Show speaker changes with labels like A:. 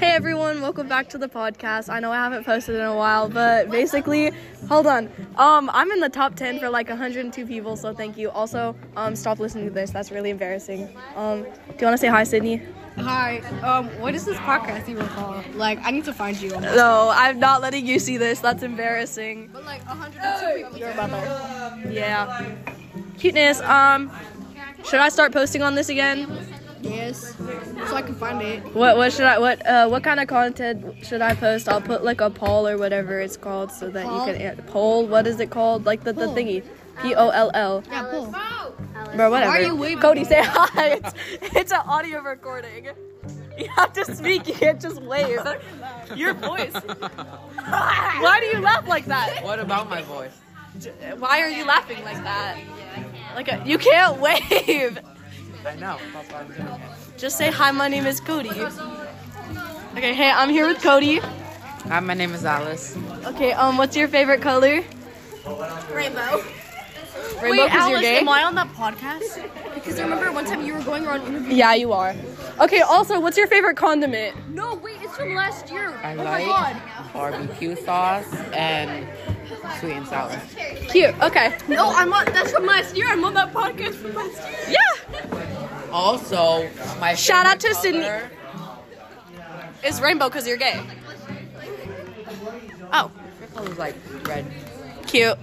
A: everyone, welcome back to the podcast. I know I haven't posted in a while, but basically, hold on. Um, I'm in the top 10 for like 102 people, so thank you. Also, um, stop listening to this. That's really embarrassing. Um, do you want to say hi, Sydney?
B: Hi. Um, what is this podcast you were called? Like, I need to find you.
A: No, I'm not letting you see this. That's embarrassing.
B: But like 102 people. You're about to.
A: Yeah. Cuteness. Um, should I start posting on this again?
B: Yes. So I can find it.
A: What what should I what uh what kind of content should I post? I'll put like a poll or whatever it's called so that you
B: Poll?
A: can an- poll. What is it called? Like the, the
B: Poll.
A: thingy. P O L L.
B: Yeah, cool.
A: Bro, whatever.
B: Why are you waving?
A: Cody, say hi. It's, it's an audio recording. You have to speak. You can't just wave. Your voice. Why do you laugh like that?
C: What about my voice?
A: Why are you laughing like that? Like a, you can't wave.
C: I know. That's why I'm doing it.
A: Just say hi. My name is Cody. Okay, hey, I'm here with Cody.
C: Hi, my name is Alice.
A: Okay, um, what's your favorite color?
B: Rainbow.
A: Rainbow, 'cause
B: Wait,
A: you're
B: Alice,
A: gay?
B: am I on that podcast? Because I remember one time you were going around interviewing.
A: Yeah, you are. Okay, also, what's your favorite condiment?
B: No, wait, it's from last year.
C: I
A: Oh
C: like barbecue sauce and sweet and sour.
A: Cute. Okay.
B: No, I'm on. That's from last year. I'm on that podcast from last year.
A: Yeah.
C: Also, my
A: Shout out
C: favorite
A: to Sydney.
C: color-
A: It's rainbow because you're gay. Oh,
C: Favorite color is like red.
A: cute.